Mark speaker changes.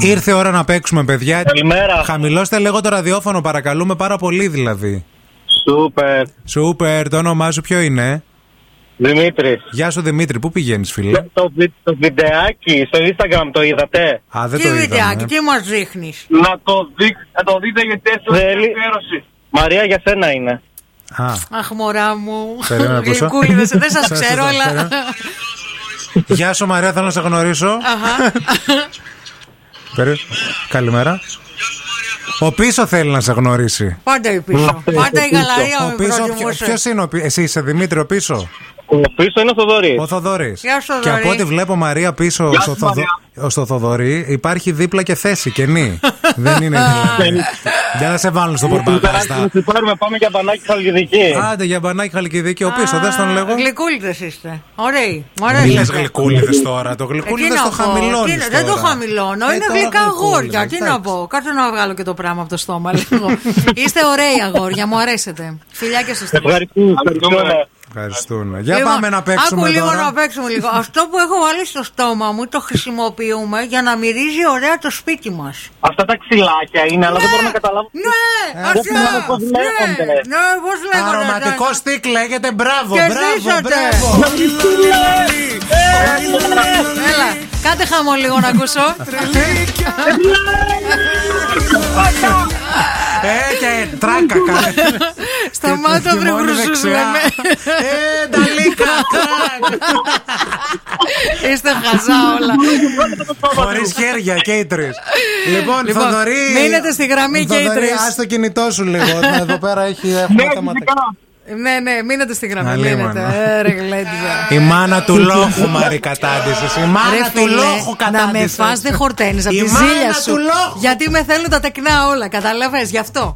Speaker 1: Ήρθε η ώρα να παίξουμε, παιδιά.
Speaker 2: Καλημέρα.
Speaker 1: Χαμηλώστε λίγο το ραδιόφωνο, παρακαλούμε πάρα πολύ δηλαδή.
Speaker 2: Σούπερ.
Speaker 1: Σούπερ, το όνομά σου ποιο είναι.
Speaker 2: Δημήτρης.
Speaker 1: Γεια σου Δημήτρη, πού πηγαίνεις, φίλε.
Speaker 2: Το, βι- το βιντεάκι στο Instagram το είδατε.
Speaker 1: Α, δεν
Speaker 3: Τι
Speaker 1: το
Speaker 3: βιντεάκι,
Speaker 1: είδαμε.
Speaker 3: τι μας δείχνεις.
Speaker 4: Να το, δει, να το δείτε γιατί έτσι είναι
Speaker 2: Θέλει-
Speaker 4: ενημέρωση.
Speaker 2: Μαρία για σένα είναι.
Speaker 1: Α,
Speaker 3: Αχ, μωρά μου.
Speaker 1: Περίμενα να ακούσω.
Speaker 3: Γλυκούλιδες, δεν σας
Speaker 1: Σας
Speaker 3: ξέρω,
Speaker 1: είδα,
Speaker 3: αλλά.
Speaker 1: περίμενα. γεια σου Μαρία, θέλω να σε γνωρίσω.
Speaker 3: Αχα.
Speaker 1: Περί- Καλημέρα. Ο πίσω θέλει να σε γνωρίσει.
Speaker 3: Πάντα η πίσω. Πάντα η γαλαρία
Speaker 1: Ο
Speaker 3: μου
Speaker 1: πίσω, ποιο
Speaker 3: προτιμούσε.
Speaker 1: είναι ο πίσω, εσύ είσαι Δημήτρη, ο πίσω.
Speaker 2: Ο πίσω είναι ο Θοδωρής.
Speaker 1: Ο Θοδωρής.
Speaker 3: Γεια σου,
Speaker 1: Και
Speaker 3: Θοδωρή.
Speaker 1: από ό,τι βλέπω, Μαρία πίσω
Speaker 4: Γεια
Speaker 1: στο,
Speaker 4: σου, Μαρία.
Speaker 1: Θοδω- στο Θοδωρή υπάρχει δίπλα και θέση κενή. Δεν είναι δηλαδή. Για να σε βάλουν στο
Speaker 2: Φιλαράκι,
Speaker 1: πορπάτα.
Speaker 2: να σε πάρουμε, πάμε για μπανάκι χαλκιδική.
Speaker 1: Άντε για μπανάκι χαλκιδική, ο πίσω, δεν τον λέγω.
Speaker 3: Γλυκούλιδες είστε. Ωραίοι. Μου
Speaker 1: Μην λες
Speaker 3: αρέσετε.
Speaker 1: γλυκούλιδες τώρα. Το Ε,
Speaker 3: Ε, τι
Speaker 1: γλυκούλιδες
Speaker 3: να
Speaker 1: το
Speaker 3: πω, τι
Speaker 1: χαμηλώνει.
Speaker 3: να- Δεν το χαμηλώνω. είναι γλυκά αγόρια. Τι να πω. Κάτσε να βγάλω και το πράγμα από το στόμα λίγο. Είστε ωραίοι αγόρια, μου αρέσετε. Φιλιά και
Speaker 2: Ε,
Speaker 3: στου τρει.
Speaker 2: Ευχαριστούμε. Ευχαριστούμε.
Speaker 1: Ευχαριστούμε. Για
Speaker 3: Λοιπόν,
Speaker 1: πάμε να
Speaker 3: Άκου
Speaker 1: παίξουμε
Speaker 3: λίγο να
Speaker 1: τώρα.
Speaker 3: παίξουμε λίγο. Αυτό που έχω βάλει στο στόμα μου το χρησιμοποιούμε για να μυρίζει ωραία το σπίτι μας.
Speaker 2: Αυτά τα ξυλάκια είναι, αλλά δεν μπορώ να καταλάβω.
Speaker 3: Ναι,
Speaker 1: Ε,
Speaker 3: αυτό.
Speaker 1: δεν θυμάμαι
Speaker 2: πώς
Speaker 3: Ναι,
Speaker 2: λέγονται.
Speaker 3: Ναι, πώς λέγονται.
Speaker 1: Αρωματικό
Speaker 3: ναι.
Speaker 1: στίκ λέγεται μπράβο, μπράβο,
Speaker 3: Κερδίσατε.
Speaker 1: μπράβο.
Speaker 3: Έλα, κάντε χαμό λίγο να ακούσω.
Speaker 1: Ε, και τράκα κάνε.
Speaker 3: Σταμάτα βρε
Speaker 1: Τιμόνι
Speaker 3: βρουσούς
Speaker 1: δεξιά.
Speaker 3: λέμε.
Speaker 1: Ε, τα λίκα.
Speaker 3: Είστε χαζά όλα.
Speaker 1: Χωρίς χέρια και οι τρει. Λοιπόν,
Speaker 3: Λοιπόν,
Speaker 1: Θοδωρή.
Speaker 3: μείνετε στη γραμμή και οι
Speaker 1: Θοδωρή,
Speaker 3: τρεις.
Speaker 1: Ας το κινητό σου λίγο. Εδώ πέρα έχει. έχουμε
Speaker 4: Ναι,
Speaker 1: θεματάκια.
Speaker 4: φυσικά.
Speaker 3: Ναι, ναι, μείνετε στη γραμμή.
Speaker 1: Αλίμονο.
Speaker 3: Μείνετε. Ε, ρε, γλέντιζα.
Speaker 1: Η μάνα του λόχου, Μαρή, κατάντησες. Η
Speaker 3: Ρε
Speaker 1: μάνα του
Speaker 3: φίλε,
Speaker 1: λόχου
Speaker 3: να με
Speaker 1: κατάντησες.
Speaker 3: φας δεν χορταίνεις από
Speaker 1: Η
Speaker 3: τη
Speaker 1: μάνα
Speaker 3: ζήλια
Speaker 1: του
Speaker 3: σου
Speaker 1: λόχου.
Speaker 3: Γιατί με θέλουν τα τεκνά όλα, καταλαβες γι' αυτό